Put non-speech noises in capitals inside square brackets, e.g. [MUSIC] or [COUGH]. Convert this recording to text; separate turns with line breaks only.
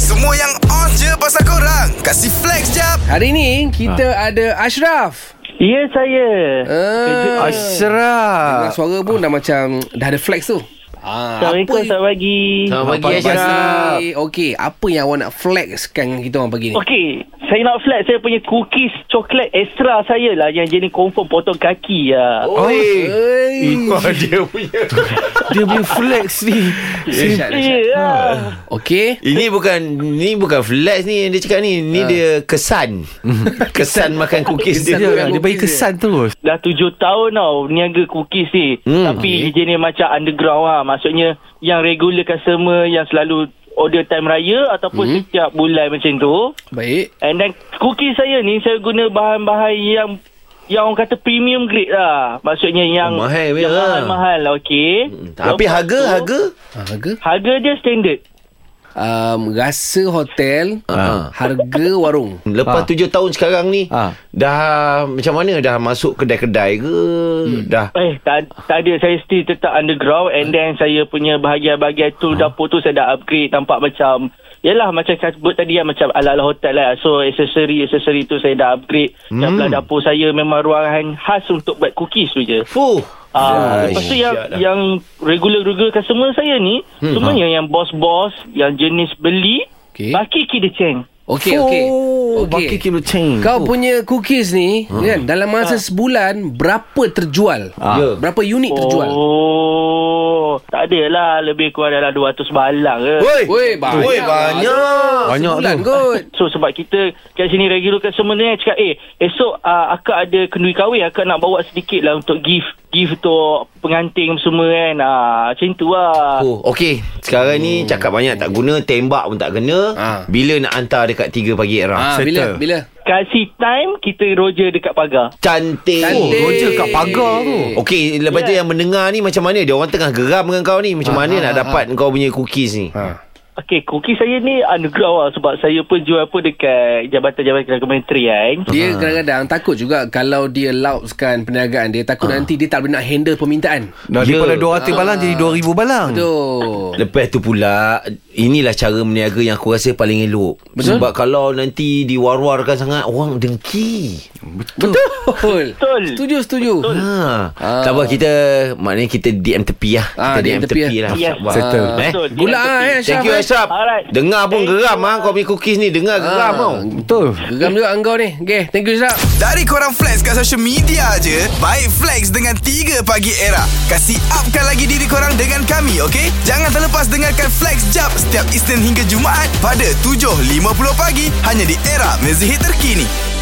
Semua yang on je pasal korang Kasih flex jap
Hari ni kita ha. ada Ashraf.
Ya saya
Eh,
Ah. Dengar
Ashraf
suara pun dah macam dah ada flex tu. Ah,
Assalamualaikum Selamat pagi
Selamat pagi
apa-
Ashraf
Okey, apa yang awak nak flexkan kita orang pagi ni?
Okey Saya nak flat Saya punya cookies Coklat extra saya lah Yang jenis confirm potong kaki lah oh.
Oi
Oi.
Ikut dia punya Dia punya flex ni
Dahsyat, dahsyat.
Ya lah
ah.
Okey.
Ini bukan Ni bukan flex ni Yang dia cakap ni
Ah.
Ni dia
[LAUGHS]
kesan Kesan makan cookies dia
Kesan makan
Dia bagi
cookies
kesan terus
Dah tujuh tahun tau Niaga cookies ni
Hmm,
Tapi jenis macam underground lah Maksudnya Yang regular customer Yang selalu Order time raya Ataupun
Hmm.
setiap bulan macam tu
Baik.
And then cookies saya ni Saya guna bahan-bahan yang Yang orang kata premium grade lah Maksudnya yang
Oh, mahal punya
Yang
lah.
mahal-mahal lah okay
Tapi
Lepas
harga
tu,
Harga
Ha, harga
Harga dia standard
um, rasa hotel,
Ah.
harga warung.
Lepas tujuh tahun sekarang ni
Ah.
Dah Macam mana Dah masuk kedai-kedai ke
Hmm.
Dah
Eh, tak, tak ada. Saya still tetap underground and then saya punya bahagian-bahagian tu dapur tu saya dah upgrade tampak macam Yalah macam saya sebut tadi kan macam ala-ala hotel lah. So accessory-accessory tu saya dah upgrade. Hmm. Dan pula dapur saya memang ruangan khas untuk buat cookies tu je.
Fuh
Ah,
Dahsyat
lepas tu yang
dah.
yang regular-regular customer saya ni ya, hmm, semuanya yang bos-bos yang jenis beli
Okey.
okay. baki kita ceng.
Okey, okey. Okey.
Oh, kilo chain
Kau punya cookies ni ha. kan dalam masa ha. sebulan berapa terjual?
Ah.
Ya.
Berapa unit terjual?
Oh, tak adalah lebih kurang dalam 200 balang ke.
Woi
Woi, banyak.
Woi banyak
Banyak kan?
Sebulan
tu.
kot.
So sebab kita kat sini regular customer ni cakap eh esok uh, akak ada kenduri kahwin akak nak bawa sedikit lah untuk gift gift untuk pengantin semua kan uh, macam tu lah. Oh.
Oh, okey. Sekarang ni
Hmm.
cakap banyak tak guna, tembak pun tak kena.
Ha.
Bila nak hantar dekat 3 pagi era.
Ah,
Ha.
bila bila?
Kasih time kita roja dekat pagar.
Cantik.
Cantik.
Oh, Roger kat pagar tu.
Okey, lepas tu
Ya.
yang mendengar ni macam mana? Dia orang tengah geram dengan kau ni.
Ah,
Macam mana nak dapat kau punya cookies ni?
Ha.
Okay, cookie saya ni underground lah sebab saya pun jual pun dekat Jabatan-Jabatan Kementerian.
Dia
Ah.
kadang-kadang takut juga kalau dia lautkan perniagaan dia takut
Ah.
nanti dia tak boleh nak handle permintaan.
Dah
Ya.
daripada 200 balang jadi 2000 balang
Betul.
Lepas tu pula Inilah cara meniaga yang aku rasa paling elok Betul? Sebab kalau nanti diwar-warkan sangat Orang dengki
Betul.
Betul.
Setuju, setuju.
ha. Tak apa kita Maknanya kita DM tepi lah
Ah,
Kita DM,
DM tepi
tepi,
lah.
lah
Yes.
Sabar.
Settle.
eh?
Betul.
Gula ah eh Ashraf.
Thank you Ashraf
Alright.
Dengar pun
Thank
geram
you.
ah Kau punya cookies ni Dengar geram oh.
Ah.
tau
Betul
Geram juga engkau ni. Okay, thank you Ashraf.
Dari korang flex kat social media je Baik flex dengan 3 pagi era Kasih upkan lagi diri korang dengan kami okay? Jangan terlepas dengarkan flex jap Setiap Isnin hingga Jumaat Pada 7.50 pagi Hanya di era mezihit terkini